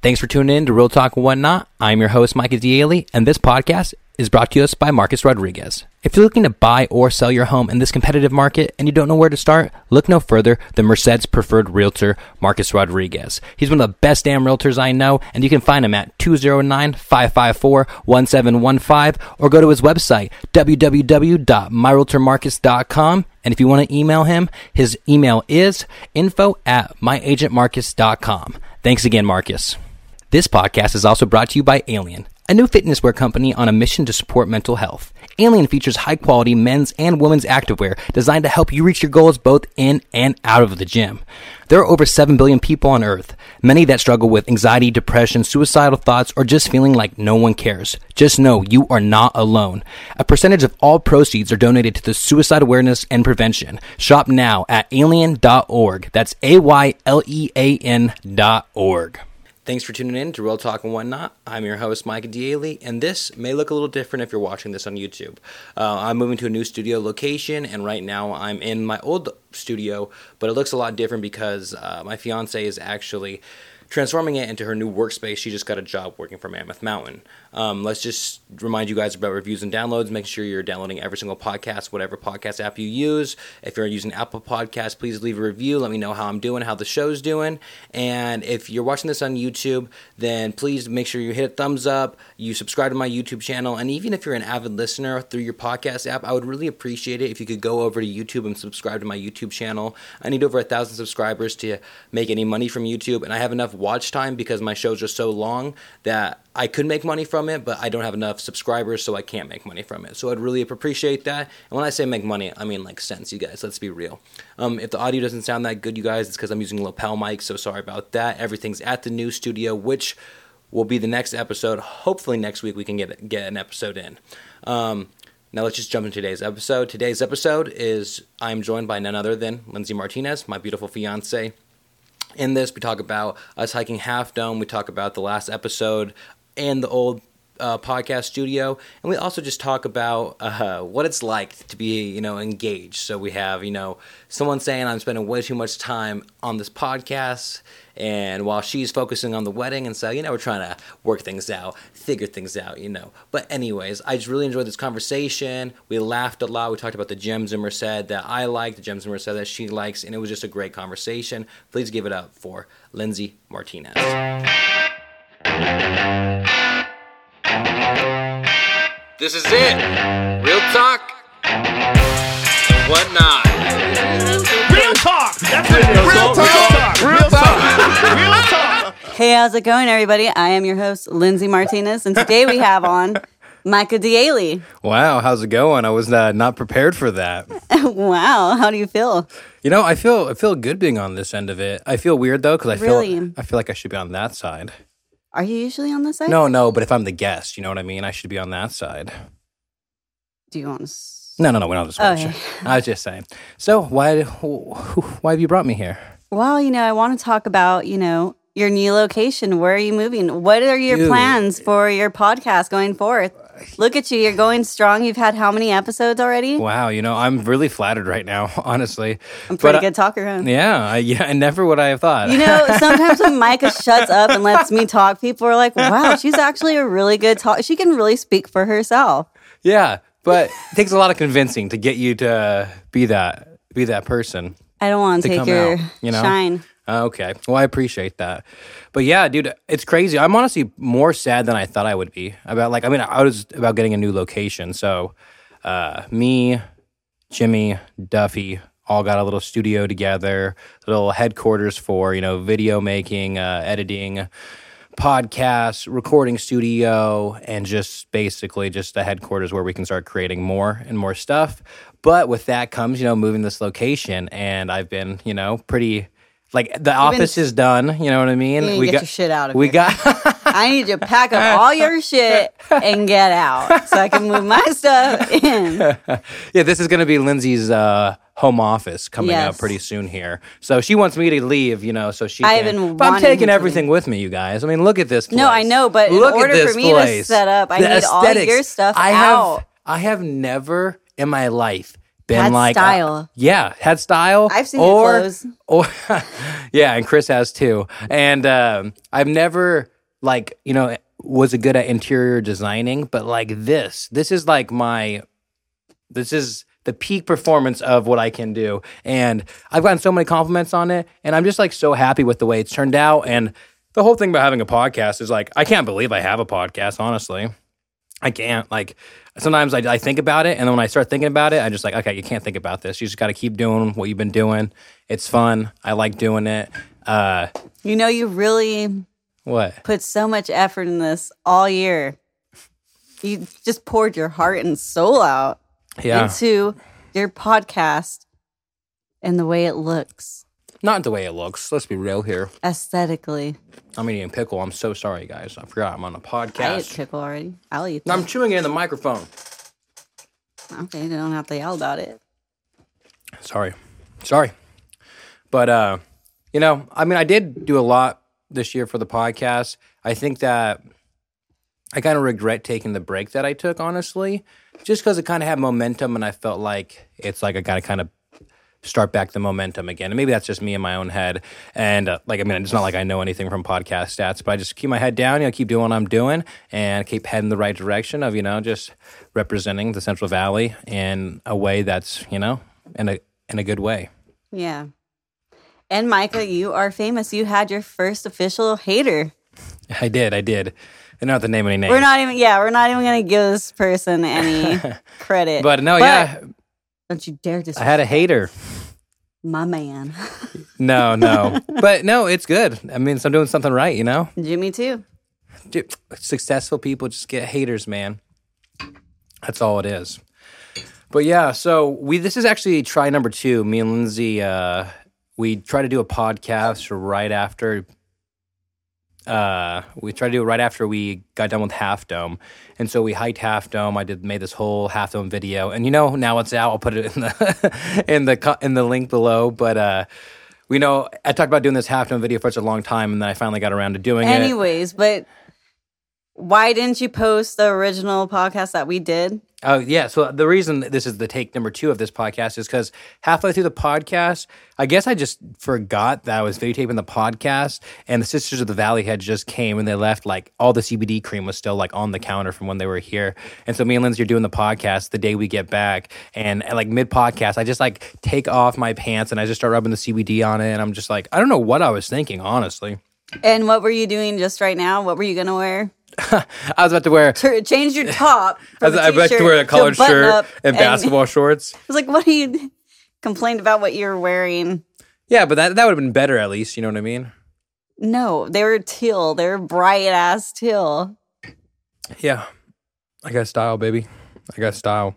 Thanks for tuning in to Real Talk and Whatnot. I'm your host, Mikey D'Ailey, and this podcast is brought to us by Marcus Rodriguez. If you're looking to buy or sell your home in this competitive market and you don't know where to start, look no further than Merced's preferred realtor, Marcus Rodriguez. He's one of the best damn realtors I know, and you can find him at 209-554-1715 or go to his website, www.myrealtormarcus.com. And if you want to email him, his email is info at myagentmarcus.com. Thanks again, Marcus. This podcast is also brought to you by Alien, a new fitness wear company on a mission to support mental health. Alien features high quality men's and women's activewear designed to help you reach your goals both in and out of the gym. There are over 7 billion people on Earth, many that struggle with anxiety, depression, suicidal thoughts, or just feeling like no one cares. Just know you are not alone. A percentage of all proceeds are donated to the suicide awareness and prevention. Shop now at alien.org. That's A Y L E A N dot org. Thanks for tuning in to Real Talk and Whatnot. I'm your host, Mike D'Ailey, and this may look a little different if you're watching this on YouTube. Uh, I'm moving to a new studio location, and right now I'm in my old studio, but it looks a lot different because uh, my fiance is actually transforming it into her new workspace. She just got a job working for Mammoth Mountain. Um, let's just remind you guys about reviews and downloads. Make sure you're downloading every single podcast, whatever podcast app you use. If you're using Apple Podcasts, please leave a review. Let me know how I'm doing, how the show's doing. And if you're watching this on YouTube, then please make sure you hit a thumbs up, you subscribe to my YouTube channel. And even if you're an avid listener through your podcast app, I would really appreciate it if you could go over to YouTube and subscribe to my YouTube channel. I need over a thousand subscribers to make any money from YouTube, and I have enough watch time because my shows are so long that I could make money from it, but I don't have enough subscribers, so I can't make money from it. So I'd really appreciate that. And when I say make money, I mean like cents, you guys. Let's be real. Um, if the audio doesn't sound that good, you guys, it's because I'm using a lapel mic, so sorry about that. Everything's at the new studio, which will be the next episode. Hopefully, next week we can get, get an episode in. Um, now let's just jump into today's episode. Today's episode is I'm joined by none other than Lindsay Martinez, my beautiful fiance. In this, we talk about us hiking Half Dome. We talk about the last episode and the old uh, podcast studio, and we also just talk about uh, what it's like to be, you know, engaged. So we have, you know, someone saying I'm spending way too much time on this podcast, and while she's focusing on the wedding, and so you know, we're trying to work things out, figure things out, you know. But anyways, I just really enjoyed this conversation. We laughed a lot. We talked about the Jem Zimmer said that I like, the Jem Zimmer said that she likes, and it was just a great conversation. Please give it up for Lindsay Martinez. This is it. Real talk and whatnot. Real talk. That's it. Real, Real talk. Real talk. Real talk. Hey, how's it going, everybody? I am your host, Lindsay Martinez, and today we have on Micah D'Ailey. Wow, how's it going? I was uh, not prepared for that. wow, how do you feel? You know, I feel I feel good being on this end of it. I feel weird though because I feel Really? I feel like I should be on that side. Are you usually on this side? No, no, but if I'm the guest, you know what I mean. I should be on that side. Do you want to? S- No, no, no. We're not just. Okay. I was just saying. So why why have you brought me here? well, you know, I want to talk about you know your new location. Where are you moving? What are your Dude. Uh, plans for your podcast going forth? Look at you, you're going strong. You've had how many episodes already? Wow, you know, I'm really flattered right now. Honestly, I'm pretty But, uh, good talker. Huh? Yeah, I, yeah. I never would I have thought. You know, sometimes when Micah shuts up and lets me talk, people are like, "Wow, she's actually a really good talk. She can really speak for herself." Yeah, but it takes a lot of convincing to get you to be that be that person. I don't want to take come your out, you know? shine. Uh, Okay, well I appreciate that, but yeah, dude, it's crazy. I'm honestly more sad than I thought I would be about like I mean I was about getting a new location. So, uh, me, Jimmy, Duffy all got a little studio together, little headquarters for you know video making, uh, editing, podcast recording studio and just basically just the headquarters where we can start creating more and more stuff but with that comes you know moving this location and i've been you know pretty like the office is done you know what i mean need to get your shit out of we here. got I need you to pack up all your shit and get out so I can move my stuff in. yeah this is going to be lindsay's uh home office coming up Yes. pretty soon here so she wants me to leave you know so she I have can- been but i'm wanting taking her to everything with me you guys i mean look at this No, I place. know, but in look at order this for me to place. set up, I The need all your stuff I out. Have, I have never in my life been Had like uh, style. yeah, had style. I've seen your or, clothes. Or yeah, and Chris has too. And um, I've never like you know was good at interior designing, but like this, this is like my this is the peak performance of what I can do. And I've gotten so many compliments on it. And I'm just like so happy with the way it's turned out. And the whole thing about having a podcast is like, I can't believe I have a podcast, honestly. I can't. Like, sometimes I, I think about it. And then when I start thinking about it, I'm just like, okay, you can't think about this. You just got to keep doing what you've been doing. It's fun. I like doing it. Uh, You know, you really what? put so much effort in this all year. You just poured your heart and soul out Yeah. into your podcast and the way it looks Not the way it looks. Let's be real here. aesthetically. I'm eating pickle. I'm so sorry, guys. I forgot I'm on a I ate podcast. pickle already. I'll eat I'm that. chewing it in the microphone. Okay, you don't have to yell about it. Sorry. Sorry. But uh, you know, I mean I did do a lot this year for the podcast. I think that I kind of regret taking the break that I took, honestly, just because it kind of had momentum and I felt like it's like I got to kind of start back the momentum again. And maybe that's just me in my own head. And uh, like, I mean, it's not like I know anything from podcast stats, but I just keep my head down, you know, keep doing what I'm doing and keep heading the right direction of, you know, just representing the Central Valley in a way that's, you know, in a, in a good way. Yeah. And Micah, you are famous. You had your first official hater. I did. I did. And not to name any names. We're not even, yeah, we're not even going to give this person any credit. but no, yeah, Don't you dare just I had a hater. my man. No, no. but no, it's good. I mean, so I'm doing something right, you know? Jimmy, too. Dude, successful people just get haters, man. That's all it is. But yeah, so we this is actually try number two. Me and Lindsay, uh, we try to do a podcast right after. Uh, we tried to do it right after we got done with Half Dome, and so we hiked Half Dome. I did made this whole Half Dome video, and you know now it's out. I'll put it in the in the co- in the link below. But uh, we know I talked about doing this Half Dome video for such a long time, and then I finally got around to doing it. Anyways, but why didn't you post the original podcast that we did? Oh yeah, so the reason that this is the take number two of this podcast is because halfway through the podcast, I guess I just forgot that I was videotaping the podcast, and the Sisters of the Valley had just came and they left. Like all the CBD cream was still like on the counter from when they were here, and so me and Lindsay are doing the podcast the day we get back, and uh, like mid podcast, I just like take off my pants and I just start rubbing the CBD on it, and I'm just like, I don't know what I was thinking, honestly. And what were you doing just right now? What were you going to wear? I was about to wear. Tur- Change your top. I From was a about to t-shirt wear a collared button shirt up and basketball shorts. I was like, what are you complained about what you're wearing? Yeah, but that, that would have been better at least, you know what I mean? No, they were teal. They were bright ass teal. Yeah. I got style, baby. I got style.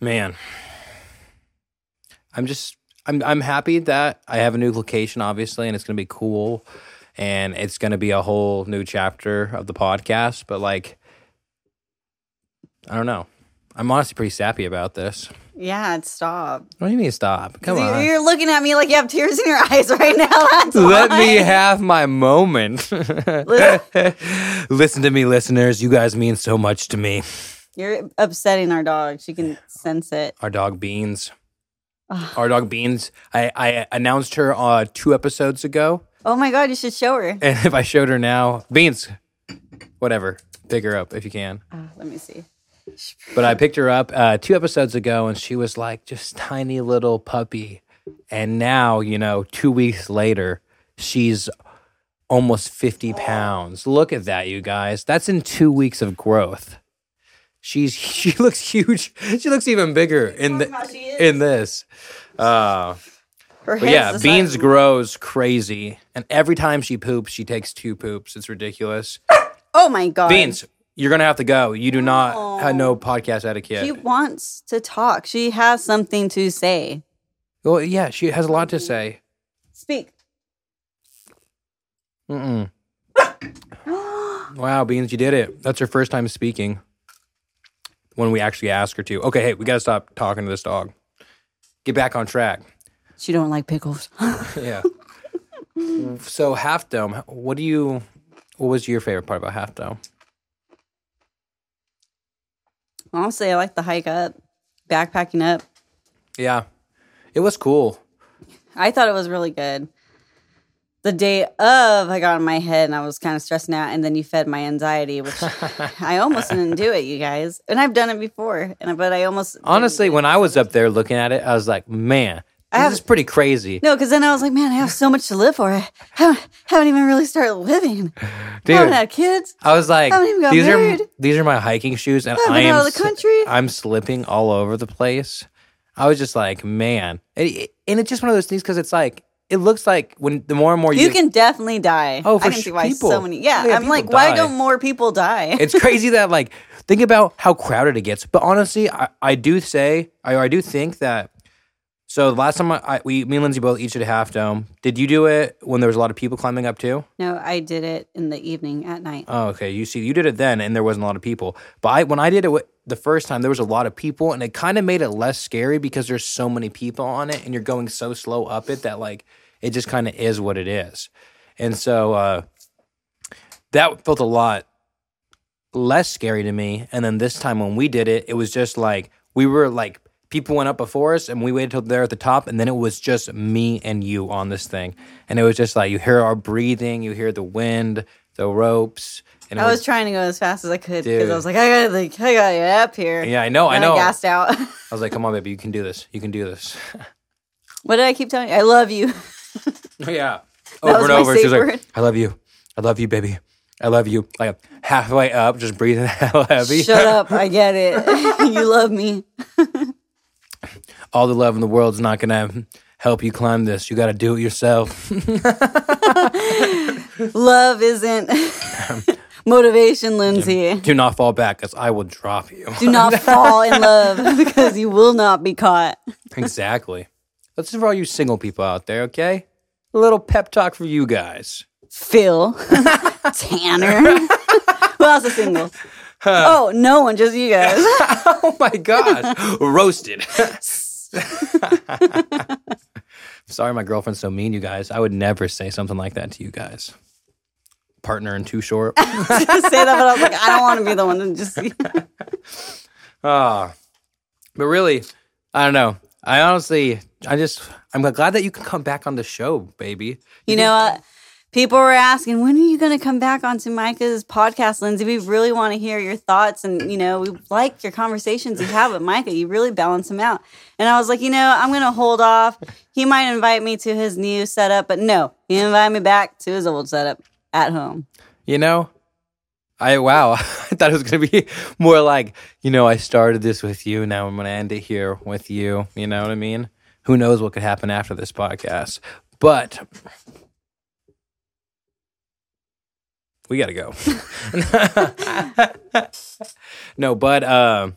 Man. I'm just I'm I'm happy that I have a new location, obviously, and it's gonna be cool. And it's gonna be a whole new chapter of the podcast. But like I don't know. I'm honestly pretty sappy about this. Yeah, stop. What do you mean stop? Come You- on. You're looking at me like you have tears in your eyes right now. That's Let why. me have my moment. Listen. Listen to me, listeners. You guys mean so much to me. You're upsetting our dog. She can sense it. our dog Beans. Ah. Our dog Beans. I, I announced her uh, two episodes ago, Oh my god, you should show her. and if I showed her now, Beans, whatever, pick her up if you can. Ah, let me see. But I picked her up uh, two episodes ago, and she was like just tiny little puppy, and now you know, two weeks later, she's almost fifty pounds. Look at that, you guys. That's in two weeks of growth. She's she looks huge. She looks even bigger in about she the, is. in this. Uh, But Her head's yeah, the size Beans of- grows crazy, and every time she poops, she takes two poops. It's ridiculous. Oh my god. Beans, you're gonna have to go. You do not have no podcast etiquette. She wants to talk. She has something to say. well, yeah, she has a lot to say. Speak. Mm-mm. wow, Beans, you did it. That's her first time speaking. When we actually ask her to. Okay, hey, we gotta stop talking to this dog. Get back on track. She don't like pickles. Yeah. so Half Dome, what do you? What was your favorite part about Half Dome? Honestly, I like the hike up. backpacking up. Yeah. It was cool. I thought it was really good. The day of, I got in my head and I was kind of stressing out, and then you fed my anxiety, which I almost didn't do it, you guys. And I've done it before, and but I almost didn't Honestly, when I was up there looking at it, I was like, man, this is pretty crazy. Uh, No, because then I was like, man, I have so much to live for. I haven't, haven't even really started living. I haven't had kids. I was like, I haven't even got these married. are these are my hiking shoes, and haven't I been am out of the sli- country. I'm slipping all over the place. I was just like, man, It- it- and it's just one of those things because it's like it looks like when the more and more you, You can definitely die. Oh, for I can sh- see why people. Oh, so many. Yeah, Yeah, I'm like, people die. why don't more people die? it's crazy that like think about how crowded it gets. But honestly, I, I do say I, I do think that. So the last time I, I we me and Lindsay both each did a half dome. Did you do it when there was a lot of people climbing up too? no, I did it in the evening at night. Oh, okay. You see, you did it then, and there wasn't a lot of people. But I, when I did it wi- the first time, there was a lot of people, and it kind of made it less scary because there's so many people on it, and you're going so slow up it that like it just kind of is what it is. And so uh, that felt a lot less scary to me. And then this time when we did it, it was just like we were like people went up before us and we waited till they're at the top and then it was just me and you on this thing. And it was just like you hear our breathing, you hear the wind, the ropes. And it I was trying to go as fast as I could because Dude. I was like, I gotta, like, I gotta get up here. Yeah, I know, I And know. I gassed out. I was like, come on, baby, you can do this. You can do this. what did I keep telling you? I love you. yeah. That Over was and my over. She was safe like, word. I love you. I love you, baby. I love you. Like halfway up, just breathing hell heavy. Shut up. I get it. you love me. All the love in the world's not gonna help you climb this. You gotta do it yourself. Love isn't motivation, Lindsay. do not fall back, cause I will drop you. Do not fall in love because you will not be caught. exactly. That's for all you single people out there, okay? A little pep talk for you guys. Phil, Tanner. Who else is single? Oh, no one, just you guys. Oh my gosh. Roasted. Sorry, my girlfriend's so mean, you guys. I would never say something like that to you guys. Partner in too short. Just say that, but I was like, I don't want to be the one to just. But really, I don't know. I honestly, I just, I'm glad that you can come back on the show, baby. You know what? People were asking, when are you going to come back onto Micah's podcast, Lindsay? We really want to hear your thoughts. And, you know, we like your conversations you have with Micah. You really balance him out. And I was like, you know, I'm going to hold off. He might invite me to his new setup, but no, he invited me back to his old setup at home. You know, I, wow, I thought it was going to be more like, you know, I started this with you. Now I'm going to end it here with you. You know what I mean? Who knows what could happen after this podcast? But we got to go. no, but uh,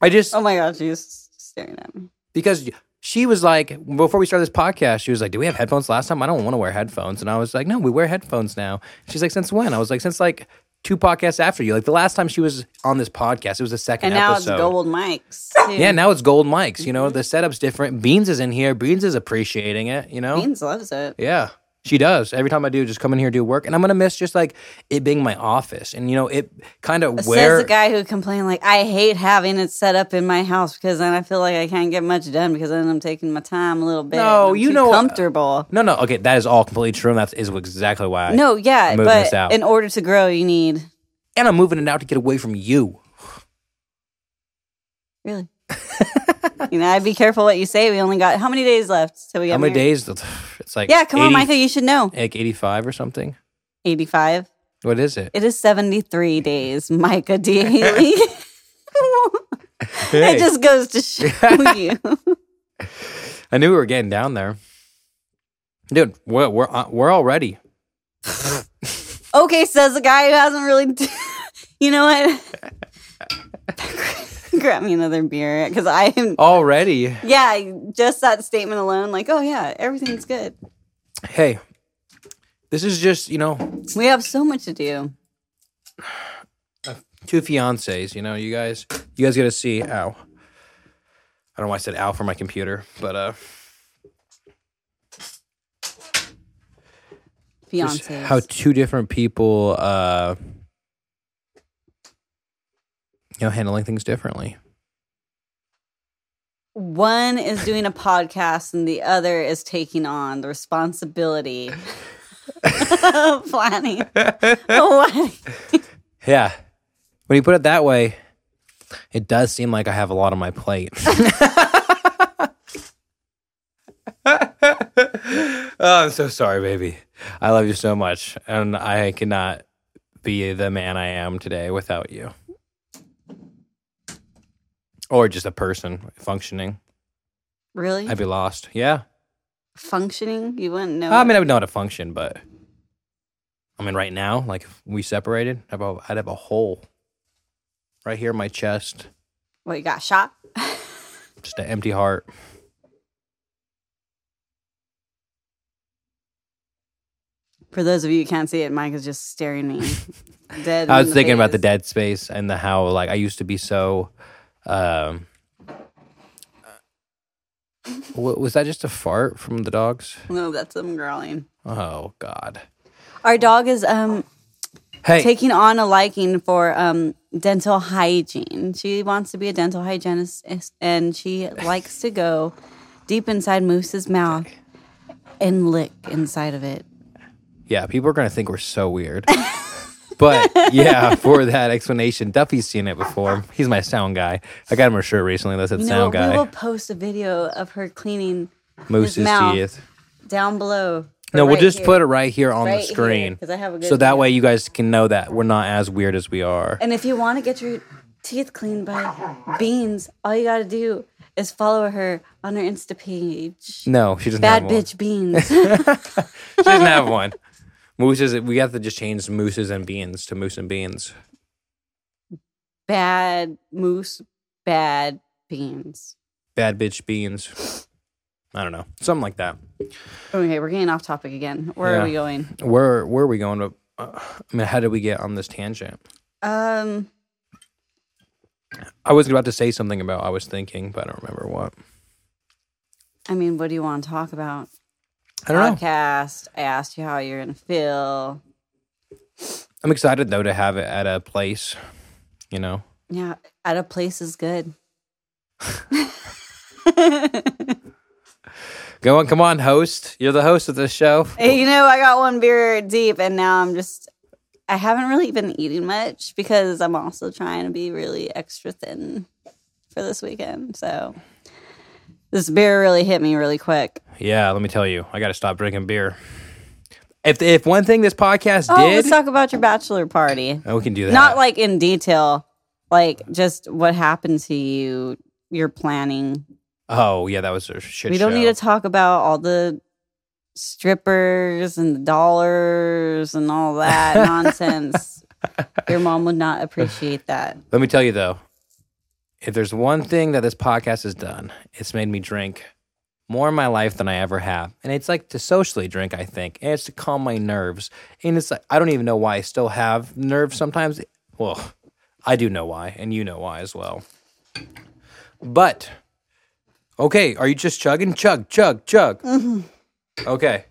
I just. Oh my gosh, he's staring at me. because she was like before we started this podcast she was like do we have headphones last time i don't want to wear headphones and i was like no we wear headphones now she's like since when i was like since like two podcasts after you like the last time she was on this podcast it was the second And now episode it's gold mics. Mm-hmm. Too. yeah now it's gold mics you know the setup's different beans is in here beans is appreciating it you know Beans loves it. yeah, she does. Every time I do, just come in here do work, and I'm gonna miss just like it being my office, and you know it kind of Says where the guy who complained, like, I hate having it set up in my house because then I feel like I can't get much done because then I'm taking my time a little bit. No, and I'm you too know- uh, comfortable. no no okay that is all completely true, and that is exactly why I- no, yeah, moving this but out. in order to grow, you need and I'm moving it out to get away from you. really. you know, I'd be careful what you say. We only got how many days left till we get How many married? days? It's like Yeah, come on, 80 Micah, you should know. Like eighty-five or something. Eighty-five. What is it? It is seventy-three days, Micah D. Haley. Hey, It just goes to show you. I knew we were getting down there, dude. We're we're uh, we're already. Okay, says the guy who hasn't really. you know what? Grab me another beer because I am. Already. Yeah, just that statement alone, like, oh yeah, everything's good. Hey, this is just you know We have so much to do. two fiancés. You know, you guys, you guys got to see. Ow. I don't know why I said ow for my computer, but uh, just Fiance. how two different people uh, you know, handling things differently. one is doing a podcast and the other is taking on the responsibility of planning. What? Yeah. When you put it that way, it does seem like I have a lot on my plate. oh, I'm so sorry, baby. I love you so much. And I cannot be the man I am today without you. Or just a person functioning. Really? I'd be lost. Yeah. Functioning? You wouldn't know. I mean, I would know how to function, but I mean, right now, like if we separated, I'd have a, I'd have a hole right here in my chest, what, you got shot? just an empty heart. For those of you who can't see it, Mike is just staring me dead. I in was thinking about the face. dead space and the how, like, I used to be so. Um, wa- was that just a fart from the dogs? No, Oh, that's them growling. Oh, God. Our dog is um Hey, taking on a liking for um, dental hygiene. She wants to be a dental hygienist is- and she likes to go deep inside Moose's mouth and lick inside of it. yeah, people are going to think we're so weird. but yeah, for that explanation, Duffy's seen it before. He's my sound guy. I got him a shirt recently that said You know, sound we guy. will post a video of her cleaning Moose's mouth. teeth. down below. No, Or we'll right just here. put it right here on Right the here, screen. 'cause I have a good so that view. way you guys can know that we're not as weird as we are. And if you want to get your teeth cleaned by Beans, all you got to do is follow her on her Insta page. No, she doesn't Bad have one. bitch Beans. She doesn't have one. Mooses, we have to just change mooses and beans to moose and beans. bad moose, bad beans. Bad bitch beans. I don't know. Something like that. Okay, we're getting off topic again. Where Yeah. are we going? Where where are we going? But, uh, I mean, how did we get on this tangent? Um, I was about to say something about I was thinking, but I don't remember what. I mean, what do you want to talk about? I don't know. Podcast. I asked you how you're gonna feel. I'm excited though to have it at a place, you know. Yeah, at a place is good. Go on, come on, host. You're the host of this show. Hey, you know, I got one beer deep, and now I'm just. I haven't really been eating much because I'm also trying to be really extra thin for this weekend. So this beer really hit me really quick. Yeah, let me tell you, I got to stop drinking beer. If if one thing this podcast Oh, did, let's talk about your bachelor party. oh, we can do that. Not like in detail, like just what happened to you, your planning. oh yeah, that was a shit. we don't show. need to talk about all the strippers and the dollars and all that nonsense. Your mom would not appreciate that. Let me tell you though, if there's one thing that this podcast has done, it's made me drink more in my life than I ever have. And it's like to socially drink, I think. And it's to calm my nerves. And it's like I don't even know why I still have nerves sometimes. Well, I do know why, and you know why as well. But okay, are you just chugging? Chug, chug, chug. Okay.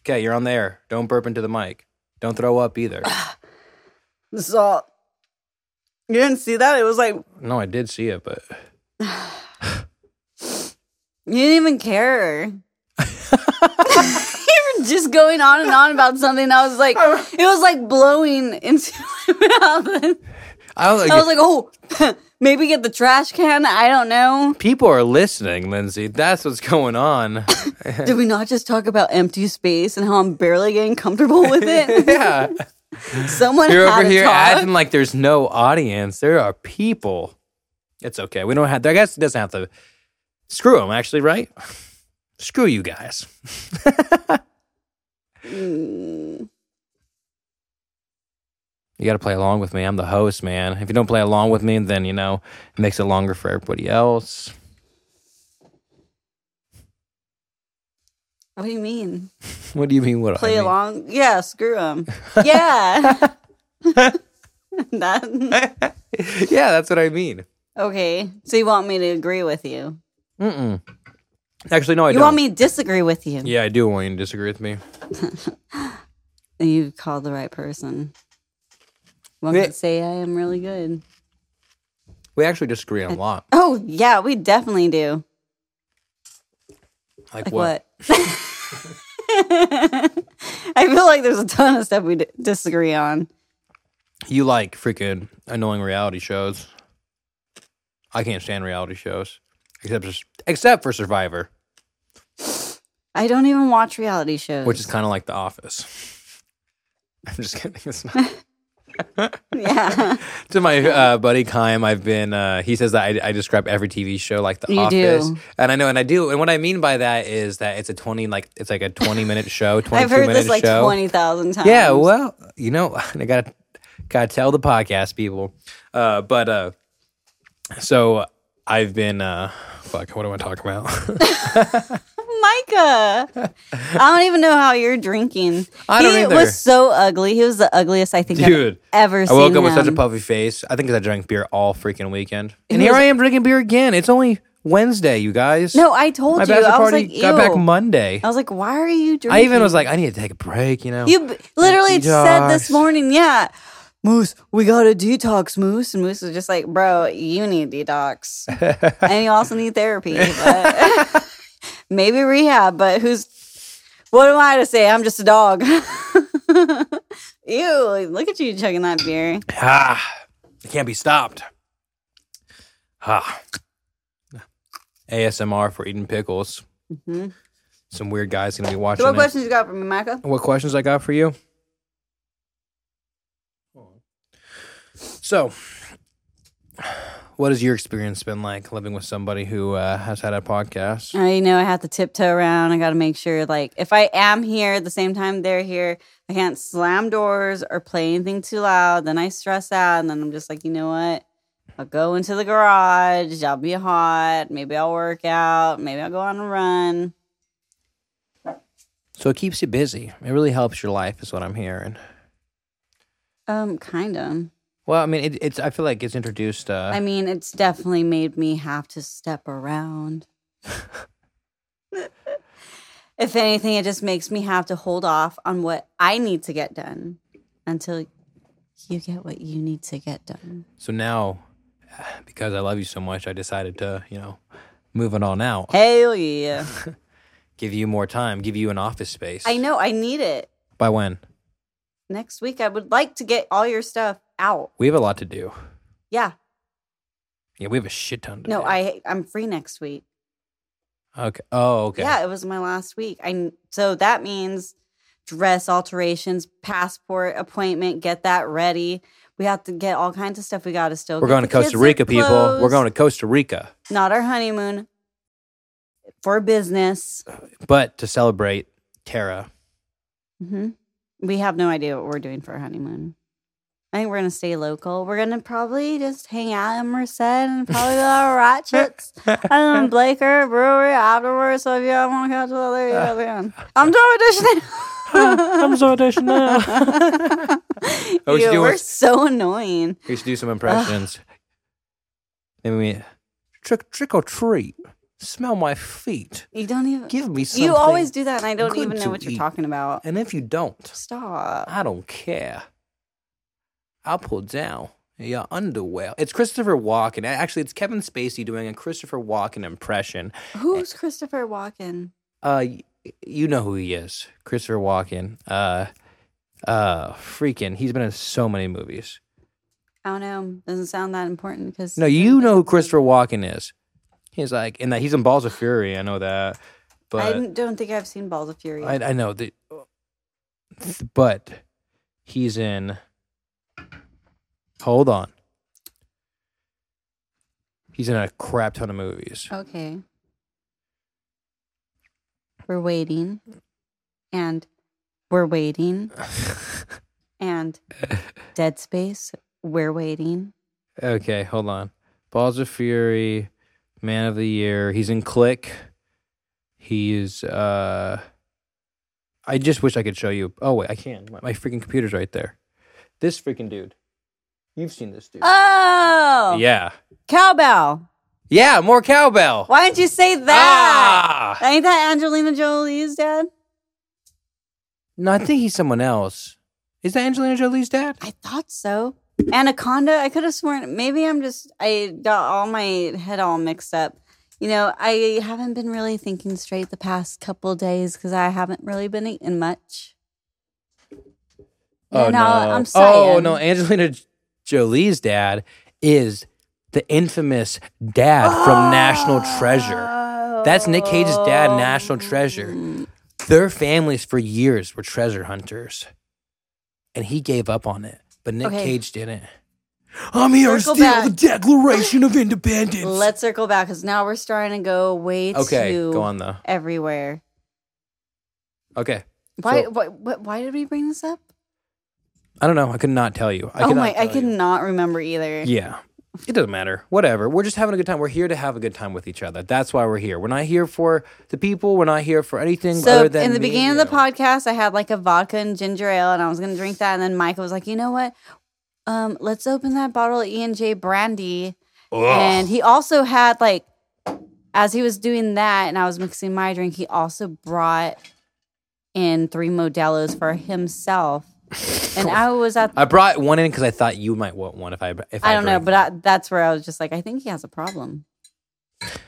Okay, you're on the air. Don't burp into the mic. Don't throw up either. This is all. You didn't see that? It was like you no, I did see it, but didn't even care. you were just going on and on about something. I was like, it was like blowing into my mouth. I don't I was like, oh, maybe get the trash can. I don't know. People are listening, Lindsay. That's what's going on. Did we not just talk about empty space and how I'm barely getting comfortable with it? yeah. Someone You're had over to here talk. acting like there's no audience. There are people. It's okay. We don't have, I guess it doesn't have to. Screw them, actually, right? Screw you guys. You got to play along with me. I'm the host, man. If you don't play along with me, then, you know, it makes it longer for everybody else. What do you mean? What do you mean? What do I Play mean? along? Yeah, screw them. yeah. that, Yeah, that's what I mean. okay. So you want me to agree with you? Mm-mm. Actually, no, I You don't. want me to disagree with you? yeah, I do want you to disagree with me. You called the right person. One Yeah. could say I am really good. We actually disagree on a lot. Oh yeah, we definitely do. Like, Like what? what? I feel like there's a ton of stuff we d- disagree on. You like freaking annoying reality shows. I can't stand reality shows. Except for, except for Survivor, I don't even watch reality shows. which is kind of like The Office. I'm just kidding. It's not. yeah, to my uh, buddy Kym, I've been. Uh, he says that I, I describe every TV show like The You Office, do. and I know, and I do. And what I mean by that is that it's a twenty, like it's like a twenty minute show, twenty I've two heard minute this like show. twenty thousand times. Yeah, well, you know, I gotta gotta tell the podcast people, uh, but uh, so I've been. Uh, fuck, what am I talking about? Micah. I don't even know how you're drinking. I don't he either. was so ugly. He was the ugliest I think Dude, I've ever I seen. woke up with such a him. puffy face. I think 'cause I drank beer all freaking weekend, and It here was- I am drinking beer again. It's only Wednesday, you guys. No, I told My you. bachelor I was party like, got back ew. Monday. I was like, why are you drinking? I even was like, I need to take a break, you know. you b- literally said this Detox. morning, yeah, Moose, we got to detox, Moose, and Moose was just like, bro, you need detox, and you also need therapy, but- maybe rehab, but who's? What am I to say? I'm just a dog. Ew! Look at you chugging that beer. ah, it can't be stopped. Ah. ASMR for eating pickles. Some weird guy's gonna be watching. Mm-hmm. So what it. questions you got for me, Micah? What questions I got for you? So, what has your experience been like living with somebody who uh, has had a podcast? I know I have to tiptoe around. I got to make sure, like, if I am here at the same time they're here, I can't slam doors or play anything too loud. Then I stress out, and then I'm just like, you know what? I'll go into the garage. I'll be hot. Maybe I'll work out. Maybe I'll go on a run. So it keeps you busy. It really helps your life, is what I'm hearing. Um, kind of. Well, I mean, it, it's. I feel like it's introduced. Uh, I mean, it's definitely made me have to step around. if anything, it just makes me have to hold off on what I need to get done until you get what you need to get done. So now, because I love you so much, I decided to, you know, move it on out. Hell yeah. Give you more time, give you an office space. I know I need it. By when? Next week, I would like to get all your stuff out. We have a lot to do. Yeah. Yeah, we have a shit ton to No, do. I I'm free next week. Okay. Oh, okay. Yeah, it was my last week. I so that means dress alterations, passport appointment, get that ready. We have to get all kinds of stuff. We got to still. We're get going the to Costa kids Rica, their people. We're clothes. going to Costa Rica. not our honeymoon for business. But to celebrate Tara, hmm We have no idea what we're doing for our honeymoon. I think we're gonna stay local. We're gonna probably just hang out in Merced and probably go to Ratchets and then Blaker Brewery afterwards. So if you all want to catch us there, you guys can. I'm Joe Edition. I'm so additional. Oh, she's Ew, doing we're it. so annoying. we should do some impressions. Maybe we trick, trick or treat. Smell my feet. You don't even. Give me something. you always do that, and I don't good even know to what you're eat. talking about. And if you don't, Stop. I don't care. I'll pull down your underwear. It's Christopher Walken. Actually, it's Kevin Spacey doing a Christopher Walken impression. Who's Christopher Walken? Uh, y- you know who he is, Christopher Walken. Uh, uh, freaking, he's been in so many movies. I don't know. Doesn't sound that important because No, you know who Christopher Walken is. He's like, and that he's in Balls of Fury. I know that, I but didn't- don't think I've seen Balls of Fury. I, I know that, but he's in. Hold on. He's in a crap ton of movies. okay. We're waiting, and we're waiting, and Dead Space. We're waiting. Okay, hold on. Balls of Fury, Man of the Year. He's in Click. He's. uh I just wish I could show you. Oh wait, I can. My, my freaking computer's right there. This freaking dude. You've seen this dude. Oh, Yeah. cowbell. Yeah. More cowbell. Why didn't you say that? Ah! Ain't that Angelina Jolie's dad? No, I think he's someone else. Is that Angelina Jolie's dad? I thought so. Anaconda. I could have sworn maybe I'm just I got all my head all mixed up. You know, I haven't been really thinking straight the past couple days because I haven't really been eating much. Oh And no! I'll- I'm oh saying- no! Angelina J- Jolie's dad is the infamous dad from National Treasure. That's Nick Cage's dad, Oh. in National Mm, Treasure. Their families for years were treasure hunters, and he gave up on it, but Nick Okay. Cage didn't. I'm here Circle to steal back. the Declaration of Independence. Let's circle back because now we're starting to go way okay, too go on though. everywhere. Okay, Why, So- why, why? Why did we bring this up? I don't know. I could not tell you. I oh could not my! I tell you. cannot remember either. Yeah. It doesn't matter. Whatever. We're just having a good time. We're here to have a good time with each other. That's why we're here. We're not here for the people. We're not here for anything So other than in the me beginning of and the you. podcast, I had like a vodka and ginger ale, and I was gonna drink that. And then Michael was like, "You know what? Um, let's open that bottle of E and J brandy." And he also had like, as he was doing that, and I was mixing my drink, he also brought in three Modelo's for himself. And I was at, I brought one in because I thought you might want one if I if I, I don't know, drank but I, that's where I was just like, I think he has a problem.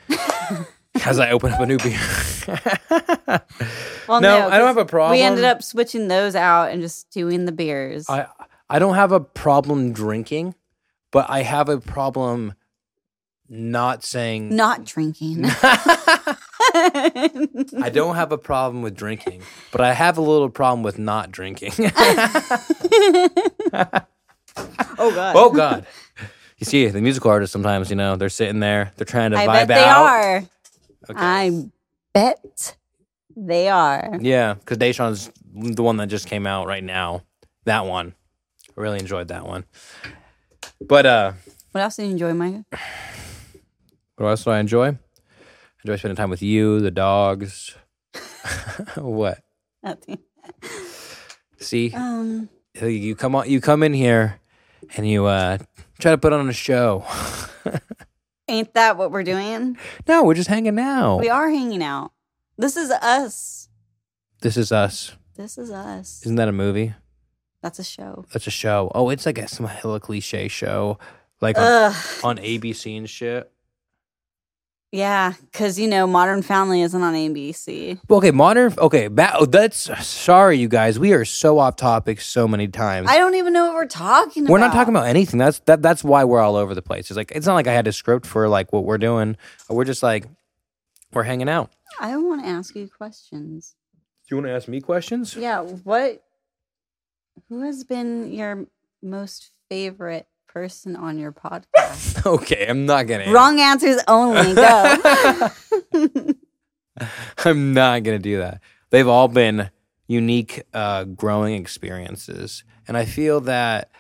it as I open up a new beer. Well, No, I don't 'cause have a problem. We ended up switching those out and just doing the beers. I I don't have a problem drinking, but I have a problem not saying not drinking. I don't have a problem with drinking, but I have a little problem with not drinking. oh god. oh God. You see, the musical artists sometimes, you know, they're sitting there, they're trying to I vibe bet out. they are. Okay. I bet they are. Yeah, because Deshaun's the one that just came out right now. That one. I really enjoyed that one. But uh What else did you enjoy, Micah? what else do I enjoy? I enjoy spending time with you, the dogs. what? Nothing. See, Um, you come on you come in here and you uh try to put on a show. ain't that what we're doing? No, we're just hanging out. We are hanging out. This is us. This is us. This is us. Isn't that a movie? That's a show. That's a show. Oh, it's like a some hella cliche show. Like on, Ugh. on ABC and shit. Yeah, because you know, Modern Family isn't on ABC. Well, Okay, modern. Okay, ba- oh, that's sorry, you guys. We are so off topic so many times. I don't even know what we're talking about. we're not talking about anything. That's that. That's why we're all over the place. It's like it's not like I had a script for like what we're doing. We're just like we're hanging out. I want to ask you questions. Do you want to ask me questions? Yeah, what? Who has been your most favorite person on your podcast? Okay, I'm not gonna. Wrong answers only. Go. I'm not gonna do that. They've all been unique, uh, growing experiences, and I feel that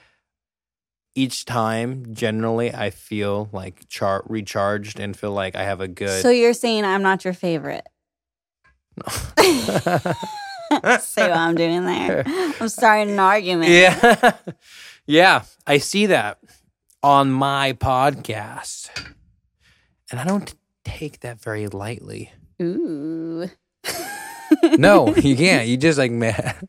each time, generally, I feel like char- recharged and feel like I have a good. so you're saying I'm not your favorite? See what I'm doing there? I'm starting an argument. Yeah. yeah. I see that on my podcast. And I don't take that very lightly. Ooh. No, you can't. You just like, man.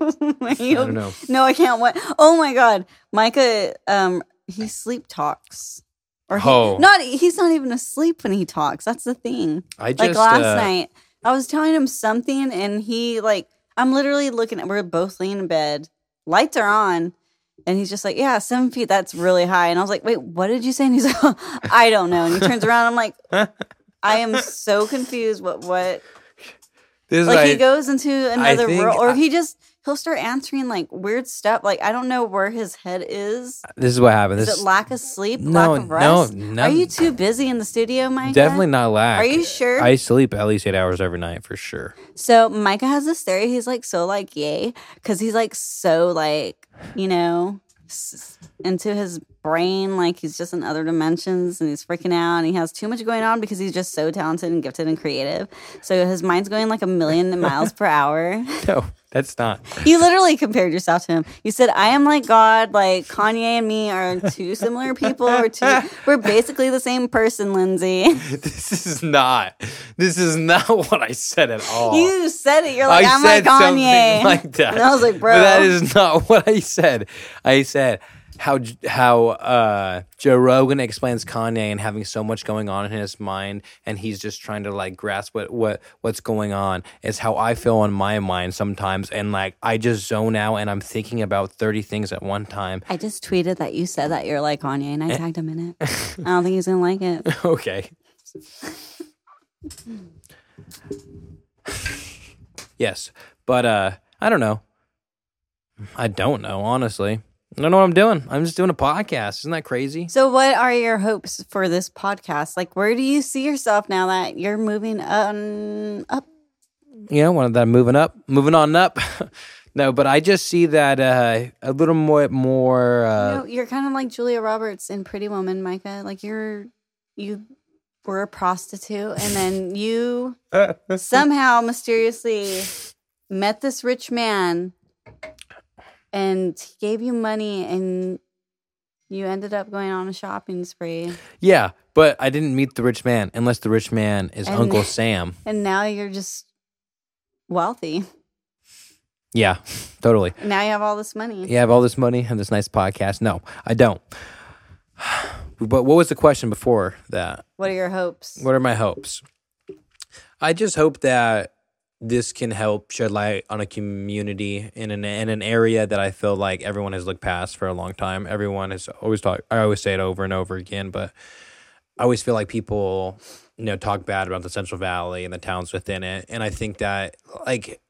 I don't know. No, I can't. What? Oh my god, Micah. Um, he sleep talks. Or he, Oh. not he's not even asleep when he talks. That's the thing. I just. like last uh, night i was telling him something and he like i'm literally looking at we're both laying in bed lights are on and he's just like yeah seven feet that's really high and i was like wait what did you say and he's like i don't know and he turns around i'm like i am so confused what what This like is he like, goes into another think world or I- he just he'll start answering like weird stuff like i don't know where his head is this is what happened. This is it lack of sleep No, lack of no, rest no. are you too busy in the studio mike definitely not lack. are you sure I sleep at least eight hours every night for sure. So Micah has this theory. He's like so like yay because he's like so like you know s- into his brain like he's just in other dimensions and he's freaking out and he has too much going on because he's just so talented and gifted and creative. So his mind's going like a million miles per hour. No. That's not. You literally compared yourself to him. You said, "I am like God." Like Kanye and me are two similar people. We're two. We're basically the same person, Lindsay. This is not. This is not what I said at all. You said it. You're like, Oh. I I am said like Kanye. something like that. And I was like, bro. But that is not what I said. I said how J- how uh, Joe Rogan explains Kanye and having so much going on in his mind, and he's just trying to like grasp what what what's going on. Is how I feel on my mind sometimes, and like I just zone out and I'm thinking about thirty things at one time. I just tweeted that you said that you're like Kanye, and I tagged him in it. I don't think he's gonna like it. Okay. yes, but uh I don't know. I don't know, honestly. I don't know what I'm doing. I'm just doing a podcast. Isn't that crazy? So, what are your hopes for this podcast? Like, where do you see yourself now that you're moving on up? You know, one that I'm moving up, moving on up. no, but I just see that uh a little more more You uh know, you're kind of like Julia Roberts in Pretty Woman, Micah. Like, you're you were a prostitute, and then you somehow mysteriously met this rich man, and he gave you money, and you ended up going on a shopping spree. yeah, but I didn't meet the rich man unless the rich man is And- Uncle Sam. And now you're just wealthy. Yeah, totally. Now you have all this money. You have all this money and this nice podcast. No, I don't. But what was the question before that? What are your hopes? What are my hopes? I just hope that this can help shed light on a community in an in an area that I feel like everyone has looked past for a long time. Everyone has always talked. I always say it over and over again, but I always feel like people you know talk bad about the Central Valley and the towns within it, and I think that like.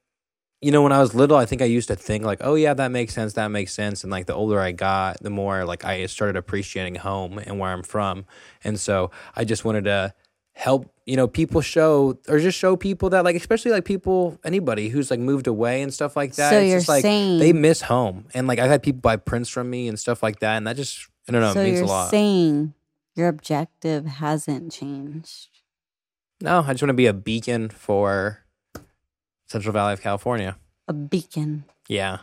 You know, when I was little, I think I used to think like, "Oh yeah, that makes sense. That makes sense." And like the older I got, the more like I started appreciating home and where I'm from. And so I just wanted to help you know people show or just show people that like especially like people anybody who's like moved away and stuff like that So it's you're just like saying- they miss home and like i've had people buy prints from me and stuff like that and that just i don't know so it means you're a lot saying your objective hasn't changed. no i just want to be a beacon for central valley of california A beacon, yeah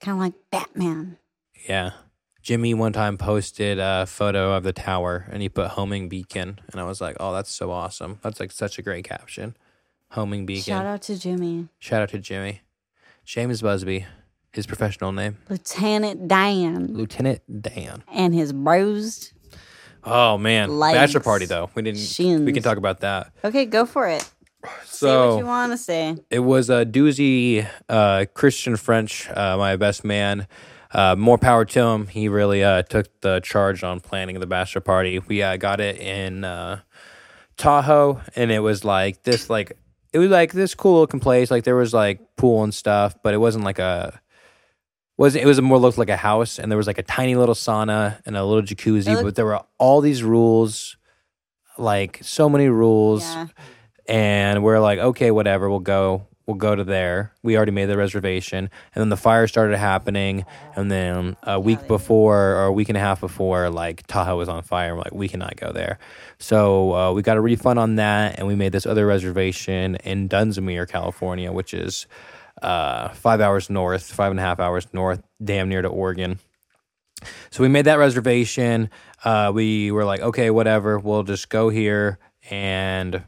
kind of like Batman. yeah jimmy one time posted a photo of the tower and he put homing beacon and i was like oh that's so awesome that's like such a great caption homing beacon Shout out to Jimmy, Shout out to Jimmy. James Busby, his professional name, Lieutenant Diane, Lieutenant Dan. and his bruised. Oh man, Legs. bachelor party though. We didn't. We can Shins. talk about that. Okay, go for it. say what you So want to say. it was a doozy. Uh, Christian French, uh, my best man. Uh, more power to him. He really uh, took the charge on planning the bachelor party. We uh, got it in. Uh, Tahoe, and it was like this, like it was like this cool looking place. Like there was like pool and stuff, but it wasn't like a was it was more looked like a house, and there was like a tiny little sauna and a little jacuzzi, looked- but there were all these rules, like so many rules, Yeah. and we're like, okay, whatever, we'll go. We'll go to there. We already made the reservation, and then the fire started happening. And then a week before, or a week and a half before, like Tahoe was on fire. We're like, we cannot go there. So uh, we got a refund on that, and we made this other reservation in Dunsmuir, California, which is uh, five hours north, five and a half hours north, damn near to Oregon. So we made that reservation. Uh, we were like, okay, whatever, we'll just go here. And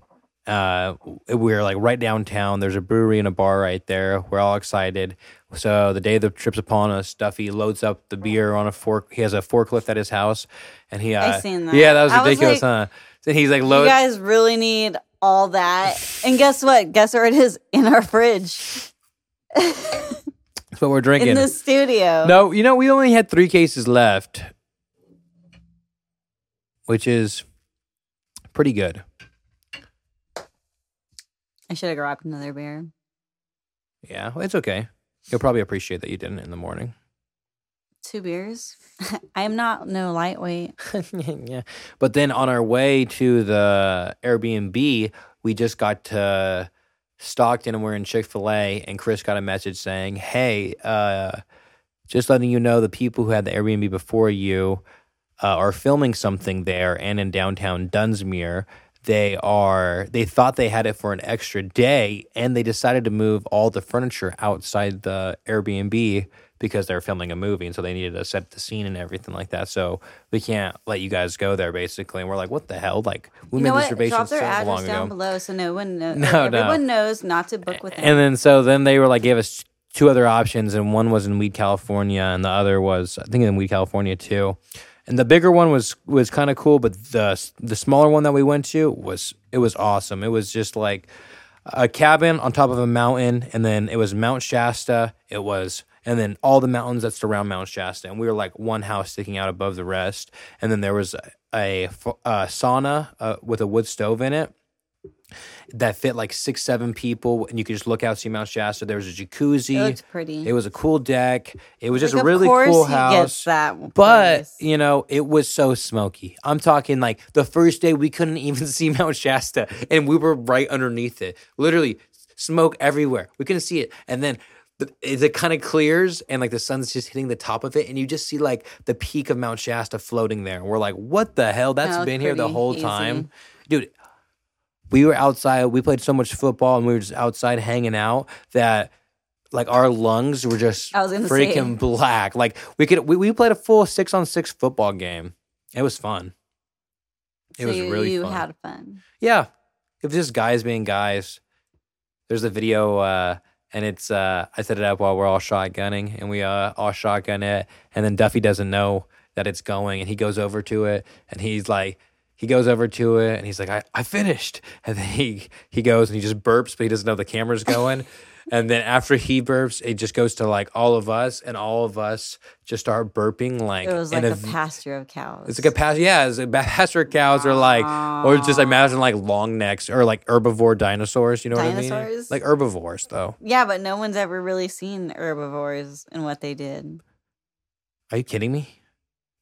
uh, we are like right downtown. There's a brewery and a bar right there. We're all excited. So the day the trip's upon us, Duffy loads up the beer on a fork. He has a forklift at his house, and he. Uh, I seen that. Yeah, that was I was ridiculous, like- huh? So he's like You load. guys really need all that. And guess what? Guess where it is in our fridge That's what we're drinking. in the studio. No, you know, we only had three cases left, which is pretty good. I should have grabbed another beer. Yeah, well, it's okay. You'll probably appreciate that you didn't in the morning. Two beers. I am not no lightweight. yeah. But then on our way to the Airbnb, we just got to Stockton and we're in Chick fil A. And Chris got a message saying, Hey, uh, just letting you know the people who had the Airbnb before you uh, are filming something there and in downtown Dunsmuir. they are they thought they had it for an extra day and they decided to move all the furniture outside the Airbnb because they're filming a movie and so they needed to set the scene and everything like that. So we can't let you guys go there basically. And we're like, what the hell? Like we You made know this what? reservation Drop so their long address down ago. below so no one knows. No, no. Everyone knows not to book with them. And then so then they were like gave us two other options, and one was in Weed, California, and the other was I think in Weed, California too. And the bigger one was was kind of cool, but the the smaller one that we went to was it was awesome. It was just like a cabin on top of a mountain, and then it was Mount Shasta. It was. And then all the mountains that surround Mount Shasta, and we were like one house sticking out above the rest. And then there was a, a, fu- a sauna uh, with a wood stove in it, that fit like six, seven people, and you could just look out see Mount Shasta. There was a jacuzzi. It looked pretty. It was a cool deck. It was just Like, a of really course cool he gets house. that but place. you know, it was so smoky. I'm talking like the first day we couldn't even see Mount Shasta, and we were right underneath it. Literally, smoke everywhere. We couldn't see it, and then. the- It, it kind of clears and like the sun's just hitting the top of it, and you just see like the peak of Mount Shasta floating there. And we're like, what the hell? That's That looked been here the pretty whole easy. time. Dude, we were outside. We played so much football and we were just outside hanging out that like our lungs were just I was gonna freaking say. black. Like we could we, we played a full six on six football game. It was fun. It so was you, really you fun. had fun. yeah. It was just guys being guys. There's a video uh and it's uh I set it up while we're all shotgunning and we uh all shotgun it and then Duffy doesn't know that it's going and he goes over to it and he's like he goes over to it and he's like, I, I finished. And then he he goes and he just burps, but he doesn't know the camera's going. and then after he burps, it just goes to like all of us and all of us just start burping like It was in like a, v- pasture of cows. it's like a pasture. Yeah, it's like pasture cows or like, or just imagine like long necks or like herbivore dinosaurs. You know what I mean? Dinosaurs? Like herbivores, though. yeah, but no one's ever really seen herbivores and what they did. Are you kidding me?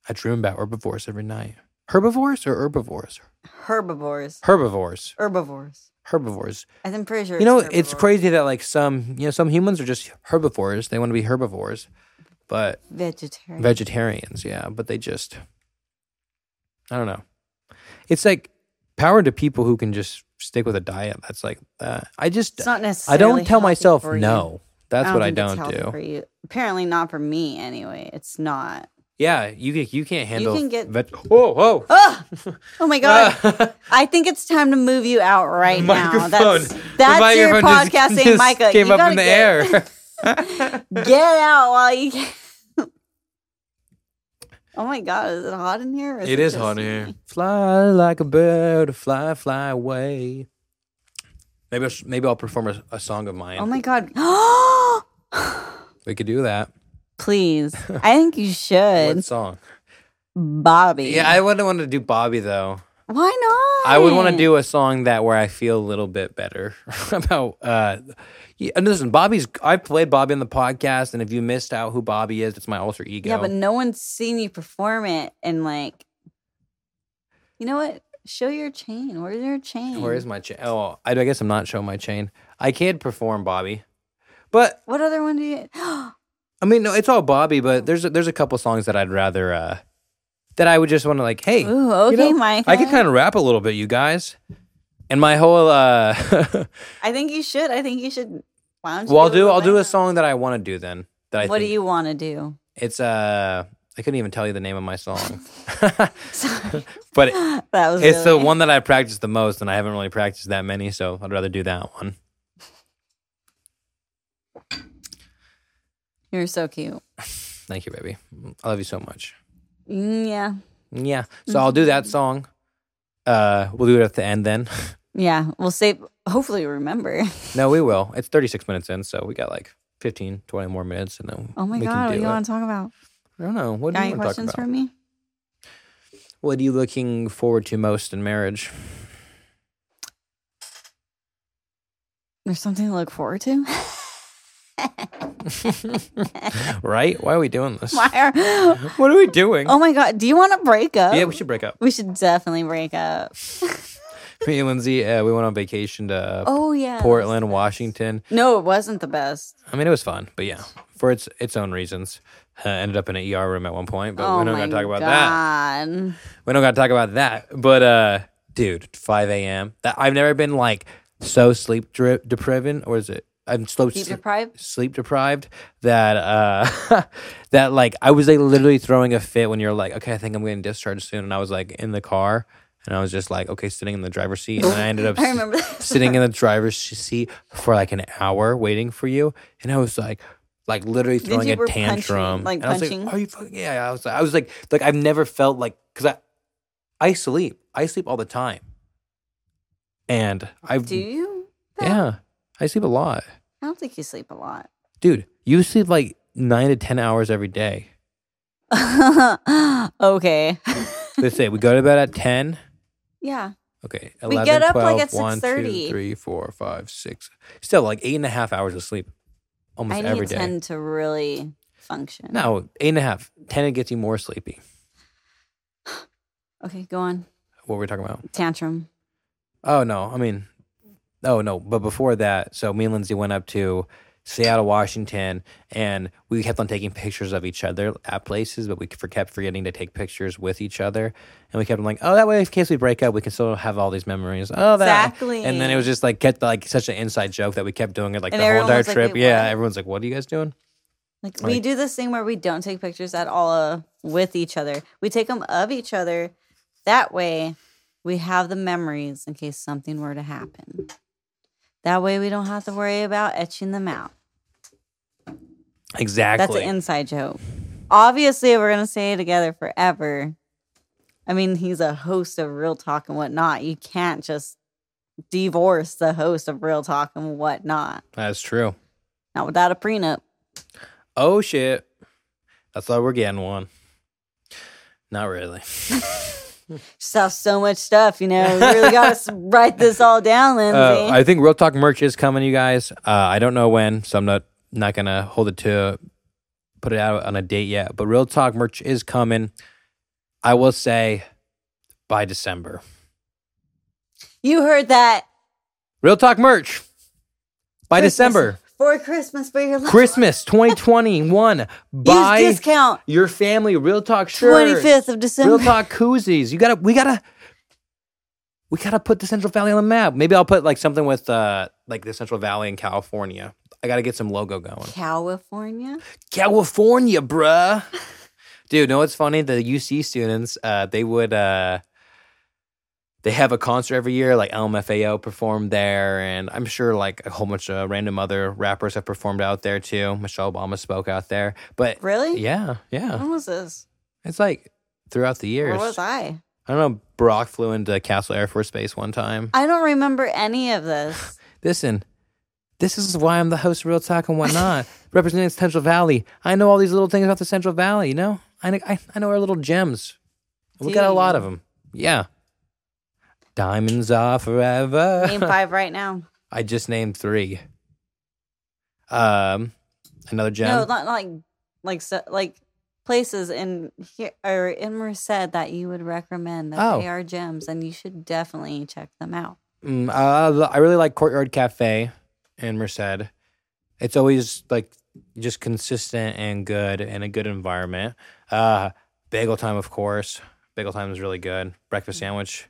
I dream about herbivores every night. Herbivores or herbivores? Herbivores, Herbivores. herbivores. Herbivores. I'm pretty sure. You know, it's herbivores. crazy that like some, you know, some humans are just herbivores. They want to be herbivores, but Vegetarian. vegetarians. Yeah, but they just, I don't know. It's like power to people who can just stick with a diet. That's like, uh, I just, It's not I necessarily. don't tell healthy myself for you. no. That's what I think it's don't healthy do. For you. Apparently not for me anyway. It's not. Yeah, you can- you can't handle. can get- veg- whoa, whoa! Oh my god! I think it's time to move you out right now. microphone. That's The that's your microphone just- podcasting, just Micah. Came you up gotta in the get, air. Get out while you can. oh my god! Is it hot in here? or It is just hot in me? here. Fly like a bird, fly, fly away. Maybe I'll, sh- maybe I'll perform a, a song of mine. Oh my god! we could do that. Please, I think you What should, song? Bobby. Yeah, I wouldn't want to do Bobby though. Why not? I would want to do a song that where I feel a little bit better about. Uh, yeah, and listen, Bobby's. I played Bobby in the podcast, and if you missed out who Bobby is, it's my alter ego. Yeah, but no one's seen you perform it, and like, you know what? Show your chain. Where's your chain? Where is my chain? Oh, I, I guess I'm not showing my chain. I can't perform Bobby, but What other one do you? I mean, no, it's all Bobby. But there's a, there's a couple songs that I'd rather uh, that I would just want to like, hey, Ooh, okay, you know, Micah. I can kind of rap a little bit, you guys. And my whole uh, I think you should. I think you should. Why don't you well, I'll do it I'll do a right song that I want to do then. That I now? What think do you want to do? It's uh I couldn't even tell you the name of my song. but it- That was it's the really- one that I practiced the most and I haven't really practiced that many, so I'd rather do that one. You're so cute. Thank you, baby. I love you so much. Mm, yeah, Yeah. So I'll do Mm-hmm. that song. Uh we'll do it at the end then. yeah. We'll save. Hopefully, you remember. no, we will. It's 36 minutes in, so we got like 15, 20 more minutes and then Oh my we god, what can do do you it. want to talk about? I don't know. What do Got you any want to talk questions about? for me? What are you looking forward to most in marriage? There's something to look forward to. Right? Why are we doing this? Why are? What are we doing? Oh my god, do you want to break up? yeah, we should break up. We should definitely break up. Me and Lindsay, uh, we went on vacation to uh, Oh yeah. Portland, Washington. No, it wasn't the best. I mean, it was fun, but yeah, for its its own reasons. Uh, ended up in an ER room at one point, but oh we don't my got to talk about that. god. We don't got to talk about that. But uh, dude, 5 a.m. That I've never been like so sleep dri- deprived, or is it? I'm so Sleep sl- deprived? sleep deprived that uh that like I was like literally throwing a fit when you're like, okay, I think I'm getting discharged soon, and I was like in the car. And I was just like, okay, sitting in the driver's seat, and then I ended up I s- remember that. sitting in the driver's sh- seat for like an hour waiting for you, and I was like, like literally throwing you a were punching, tantrum, like and I was punching? Like, Are you fucking? Yeah, I was like, I was like, like I've never felt like because I, I sleep, I sleep all the time, and I've Do you? yeah, I sleep a lot, I don't think you sleep a lot. dude. You sleep like nine to ten hours every day. okay. Let's say we go to bed at ten. Yeah. Okay, We 11, get up, like, 12, at 1, 2, 6:30. 3, 4, 5, 6. Still like eight and a half hours of sleep almost I every need day. 10 to really function. No, eight and a half. Ten it gets you more sleepy. Okay, go on. What were we talking about? Tantrum. Oh no, I mean, oh no. But before that, so me and Lindsay went up to Seattle, Washington, and we kept on taking pictures of each other at places, but we for- kept forgetting to take pictures with each other, and we kept on like, oh, that way in case we break up, we can still have all these memories. Oh, that. Exactly. And then it was just like kept like such an inside joke that we kept doing it like And the whole everyone entire was like, trip. wait, yeah, what? everyone's like, what are you guys doing? Like, we do this thing where we don't take pictures at all uh, with each other. We take them of each other. That way, we have the memories in case something were to happen. That way, we don't have to worry about etching them out. Exactly. That's an inside joke. Obviously, we're gonna stay together forever. I mean, he's a host of Real Talk and whatnot. You can't just divorce the host of Real Talk and whatnot. That's true. Not without a prenup. Oh shit. That's why we're getting one. Not really. Just have so much stuff, you know. You really gotta s- write this all down, Lindsay. Uh, I think Real Talk merch is coming, you guys. Uh, I don't know when, so I'm not not gonna hold it to put it out on a date yet. But Real Talk merch is coming. I will say by December. you heard that Real Talk merch by Christmas- December. for Christmas for your life. Christmas 2021. Use Buy discount your family Real Talk shirts. twenty fifth of December. Real talk koozies. You gotta, we gotta, we gotta put the Central Valley on the map. Maybe I'll put like something with uh like the Central Valley in California. I gotta get some logo going. California. California, bruh. Dude, know what's funny? The UC students, uh, they would, uh, they have a concert every year, like LMFAO performed there, and I'm sure like a whole bunch of random other rappers have performed out there too. Michelle Obama spoke out there, but Really? yeah, yeah, When was this? it's like throughout the years. Where was I? I don't know. Brock flew into Castle Air Force Base one time. I don't remember any of this. Listen, this is why I'm the host of Real Talk and whatnot, representing Central Valley. I know all these little things about the Central Valley. You know, I kn- I, I know our little gems. We got a Dude. lot of them. Yeah. Diamonds are forever. Name five right now. I just named three. Um, another gem. No, not like like so, like places in here or in Merced that you would recommend that Oh. they are gems, and you should definitely check them out. Mm, uh, I really like Courtyard Cafe in Merced. It's always like just consistent and good and a good environment. Uh, bagel time, of course. Bagel time is really good. Breakfast sandwich,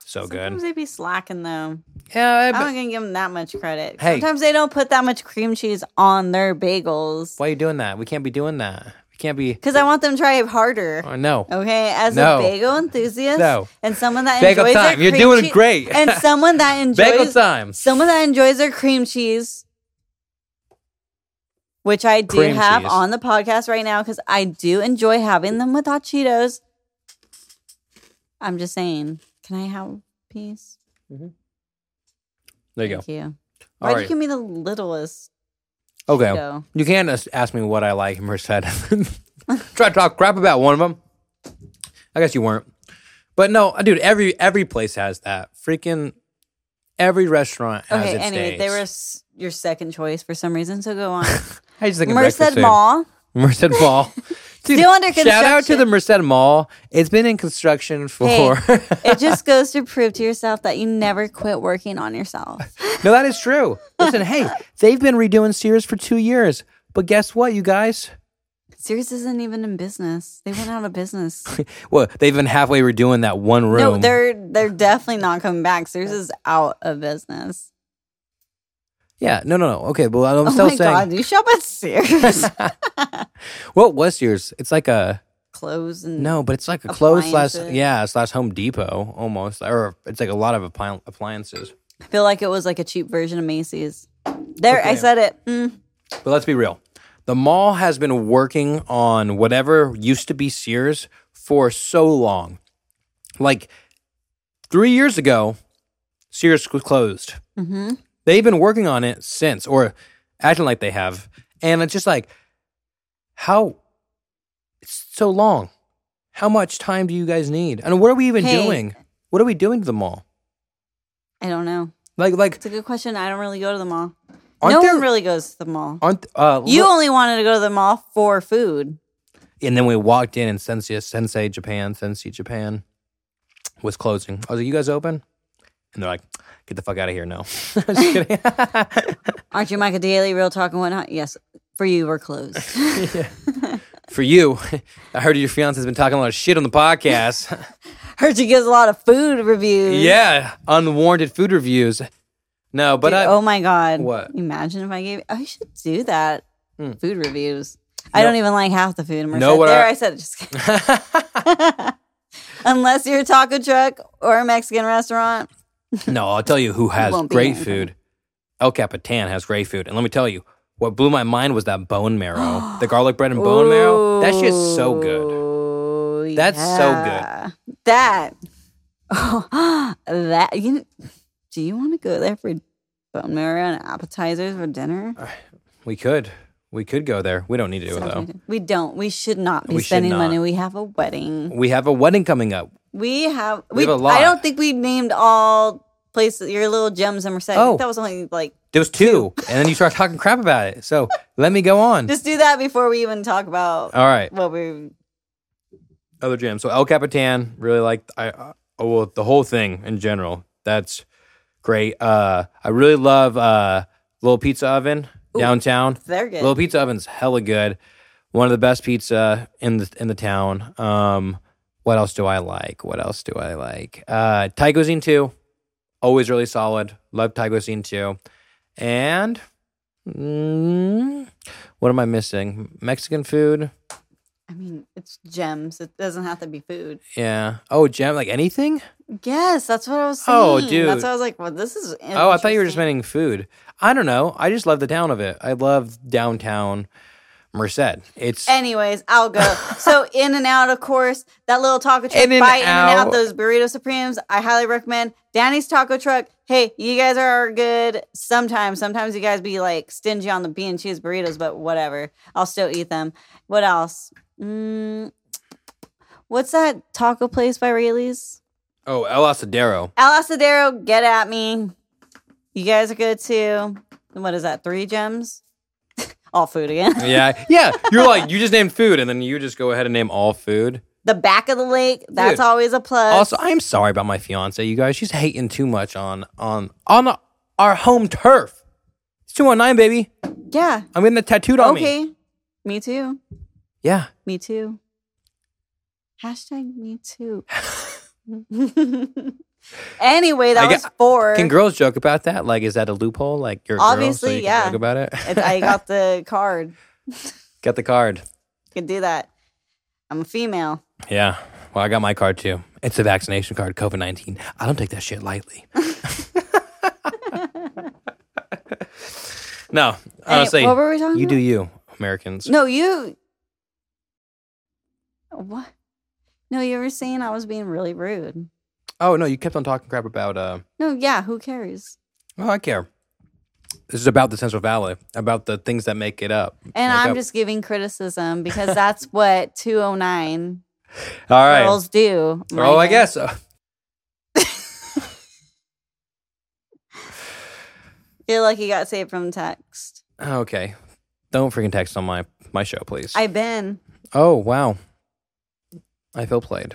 so Sometimes Oh, good. they be slacking though. Yeah, I'm I- not gonna give them that much credit. Hey. Sometimes they don't put that much cream cheese on their bagels why are you doing that? We can't be doing that. We can't be. because I want them to try harder. Oh, no. Okay, as No. a bagel enthusiast No. and someone that Bagel enjoys their time. You're cream doing cheese- great. and someone that enjoys Bagel time. someone that enjoys their cream cheese, which I do Cream have cheese. on the podcast right now because I do enjoy having them with hot Cheetos. I'm just saying, can I have a piece? There you go. Thank you. All Why'd right. you give me the littlest? Okay. Cheeto? You can as- ask me what I like in Merced. Try to talk crap about one of them. I guess you weren't. But no, uh, dude, every every place has that. Freaking every restaurant has Okay. its Anyway, days. they were s- your second choice for some reason. So go on. I just think of breakfast Merced food. Mall. Merced Mall. Dude, Still under Shout out to construction. the Merced Mall. It's been in construction for. It just goes to prove to yourself that you never quit working on yourself. no, that is true. Listen, hey, they've been redoing Sears for two years. But guess what, you guys? Sears isn't even in business. They went out of business. Well, they've been halfway redoing that one room. no, they're they're definitely not coming back. Sears is out of business. yeah, no, no, no. Okay, well, I'm oh still my saying, god, you shop at Sears. what was yours? It's like a Clothes and no, but it's like a clothes slash Appliances. yeah slash Home Depot almost, or it's like a lot of appli- appliances. I feel like it was like a cheap version of Macy's. There, I Okay. said it. Mm. But let's be real. The mall has been working on whatever used to be Sears for so long. Like three years ago, Sears was closed. Mm-hmm. They've been working on it since, or acting like they have. And it's just like, how? It's so long. How much time do you guys need? And what are we even Hey. doing? What are we doing to the mall? I don't know. Like, like, It's a good question. I don't really go to the mall. aren't no there one really goes to the mall. aren't uh You look- only wanted to go to the mall for food. And then we walked in, and Sensei, Sensei Japan, Sensei Japan was closing. I was like, "You guys open?" And they're like, "Get the fuck out of here!" No, Just kidding. Aren't you Micah Daly, Real Talk and whatnot? Yes. For you, we're closed. for you, I heard your fiance's been talking a lot of shit on the podcast. Heard you gives a lot of food reviews. yeah, unwarranted food reviews. No, but Dude, I, oh my god! What? Hmm. Imagine if I gave. I should do that. Food reviews. I don't even like half the food. in Know Merced. what there, I- I, said it. Just kidding. Unless you're a taco truck or a Mexican restaurant, no, I'll tell you who has Won't be great anything. food. El Capitan has great food, and let me tell you, what blew my mind was that bone marrow, the garlic bread and bone marrow. That shit's so good. good. That's so good. good. That. that you. Do you want to go there for bone marrow and appetizers for dinner? We could, we could go there. We don't need to do it though. We don't. We should not be We should spending not. money. We have a wedding. We have a wedding coming up. We have We we, have a lot. I don't think we named all places your little gems in Merced. I Oh. think that was only like There was two, and then you start talking crap about it. So let me go on. just do that before we even talk about All right, what we other gyms. So El Capitan really liked I uh, oh, well the whole thing in general. That's great. Uh, I really love uh, Little Pizza Oven downtown. they're good. Little Pizza Oven's hella good. One of the best pizza in the in the town. Um, what else do I like? What else do I like? Uh, Thai cuisine too. Always really solid. Love Thai cuisine too. And mm, what am I missing? Mexican food. I mean, it's gems. It doesn't have to be food. Yeah. Oh, jam like anything? Yes, that's what I was saying. Oh, dude. That's why I was like, well, this is Oh, I thought you were just interesting. meaning food. I don't know. I just love the town of it. I love downtown Merced. It's Anyways, I'll go. so In and Out, of course, that little taco truck In-N-Out. by In and Out, those burrito supremes. I highly recommend Danny's Taco Truck. Hey, you guys are good sometimes. Sometimes you guys be like stingy on the bean and cheese burritos, but whatever. I'll still eat them. What else? Mm, what's that taco place by Rayleigh's? oh El Asadero. Al Asadero, get at me. You guys are good too. And What is that? Three gems? All food again. Yeah, yeah. You're like you just named food, and then you just go ahead and name all food. The back of the lake, that's Dude. always a plus. Also, I'm sorry about my fiance, you guys. She's hating too much on on on our home turf. It's two one nine, baby. Yeah. I'm getting it tattooed on me. okay. Me. too. Yeah. Me too. Hashtag me too. anyway, I that get- was four. Can girls joke about that? Like, is that a loophole? Like, you're a girl, so Obviously, you can yeah. Joke about it. It's- I got the card. Got the card. Can do that. I'm a female. Yeah. Well, I got my card too. It's a vaccination card, COVID 19. I don't take that shit lightly. no, honestly. what were we talking Uh, You do about? you, Americans. No, you. What? No, you were saying I was being really rude. Oh, no, you kept on talking crap about, uh, No, yeah, who cares? oh, I care. This is about the Central Valley, about the things that make it up. And make I'm up. just giving criticism because that's what 209 All right. girls do. oh, I Micah. guess. so. feel like you got saved from text. Okay. Don't freaking text on my, my show, please. I've been. oh, wow. I feel played.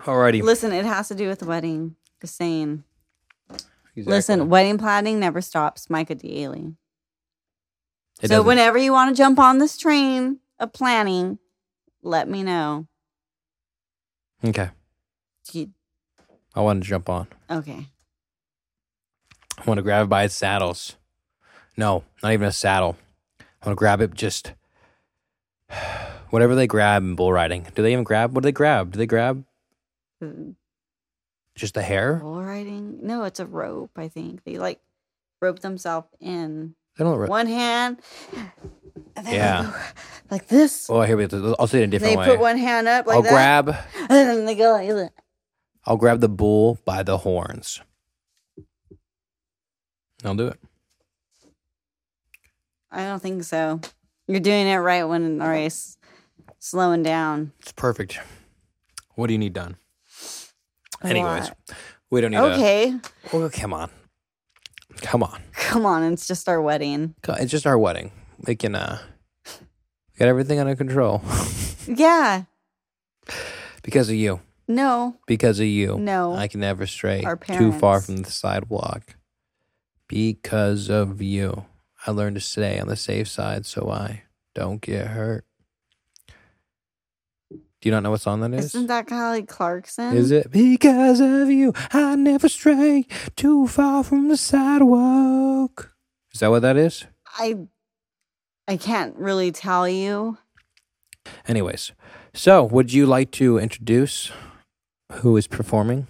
Alrighty. Listen, it has to do with the wedding. Just saying. Exactly. Listen, wedding planning never stops. Micah D'Ailey. It so doesn't- whenever you want to jump on this train of planning, let me know. Okay. Do you- I want to jump on. okay. I want to grab it by its saddles. No, not even a saddle. I want to grab it just whatever they grab in bull riding. Do they even grab? What do they grab? Do they grab just the hair? Bull riding? No, it's a rope, I think. They like rope themselves in They don't. Re- one hand. And then they Yeah. go Like this. oh, here we go. I'll say it a different They way. put one hand up like I'll that. grab. And then they go like that. I'll grab the bull by the horns. I'll do it. I don't think so. You're doing it right when in the race. Slowing down. It's perfect. What do you need done? A Anyways, lot. we don't need. To, Okay. oh, come on, come on. Come on, it's just our wedding. Co- It's just our wedding. We can uh we got everything under control Yeah. because of you. No. Because of you. No. I can never stray Our too far parents. from the sidewalk. Because of you. I learned to stay on the safe side so I don't get hurt. Do you not know what song that is? Isn't that Kylie Clarkson? Is it because of you? I never stray too far from the sidewalk. Is that what that is? I I can't really tell you. Anyways, so would you like to introduce who is performing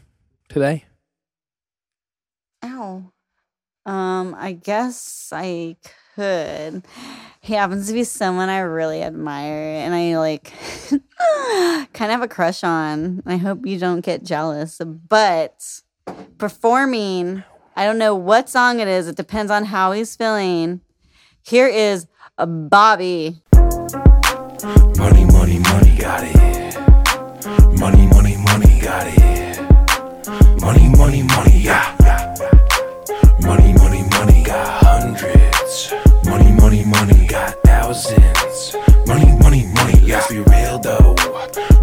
today? Ow. Um, I guess I could. He happens to be someone I really admire and I like kind of have a crush on. I hope you don't get jealous. But performing, I don't know what song it is. It depends on how he's feeling. Here is Bobby. Money, money, money, got it. Money, money, money, got it. Money, money, money, yeah. Money, money, money, got hundreds. Money, money, money, got thousands. Money, money, money, yeah. Let's be real though.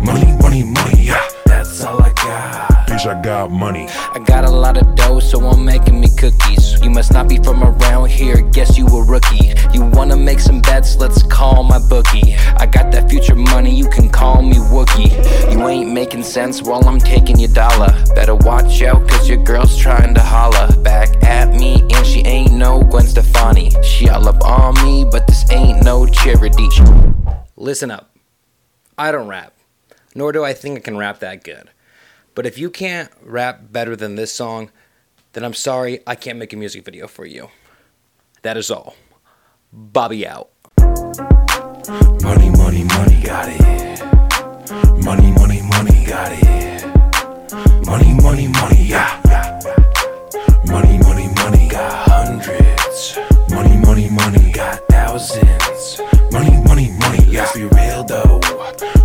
Money, money, money, yeah. That's all I got. Bitch, I got money. I got a lot of dough, so I'm making me cookies. You must not be from around here, guess you a rookie. You wanna make some bets, let's call my bookie. I got that future money, you can call me Wookie. You ain't making sense while I'm taking your dollar. Better watch out, cause your girl's trying to holler back at me, and she ain't no Gwen Stefani. She all up on me, but this ain't no charity. Listen up. I don't rap, nor do I think I can rap that good. But if you can't rap better than this song, then I'm sorry I can't make a music video for you. That is all. Bobby out. Money, money, money, got it. Money, money, money, got it. Money, money, money, yeah. Money, money, money, got hundreds. Money, money, money, got thousands. Money, money, money, yeah. Let's be real though.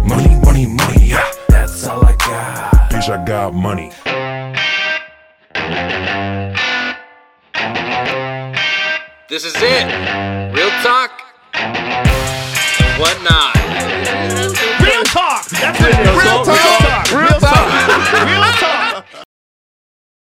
Money, money, money, yeah. That's all I got. Bitch, I got money. This is it. Real talk and whatnot. Real talk. That's it. Real talk.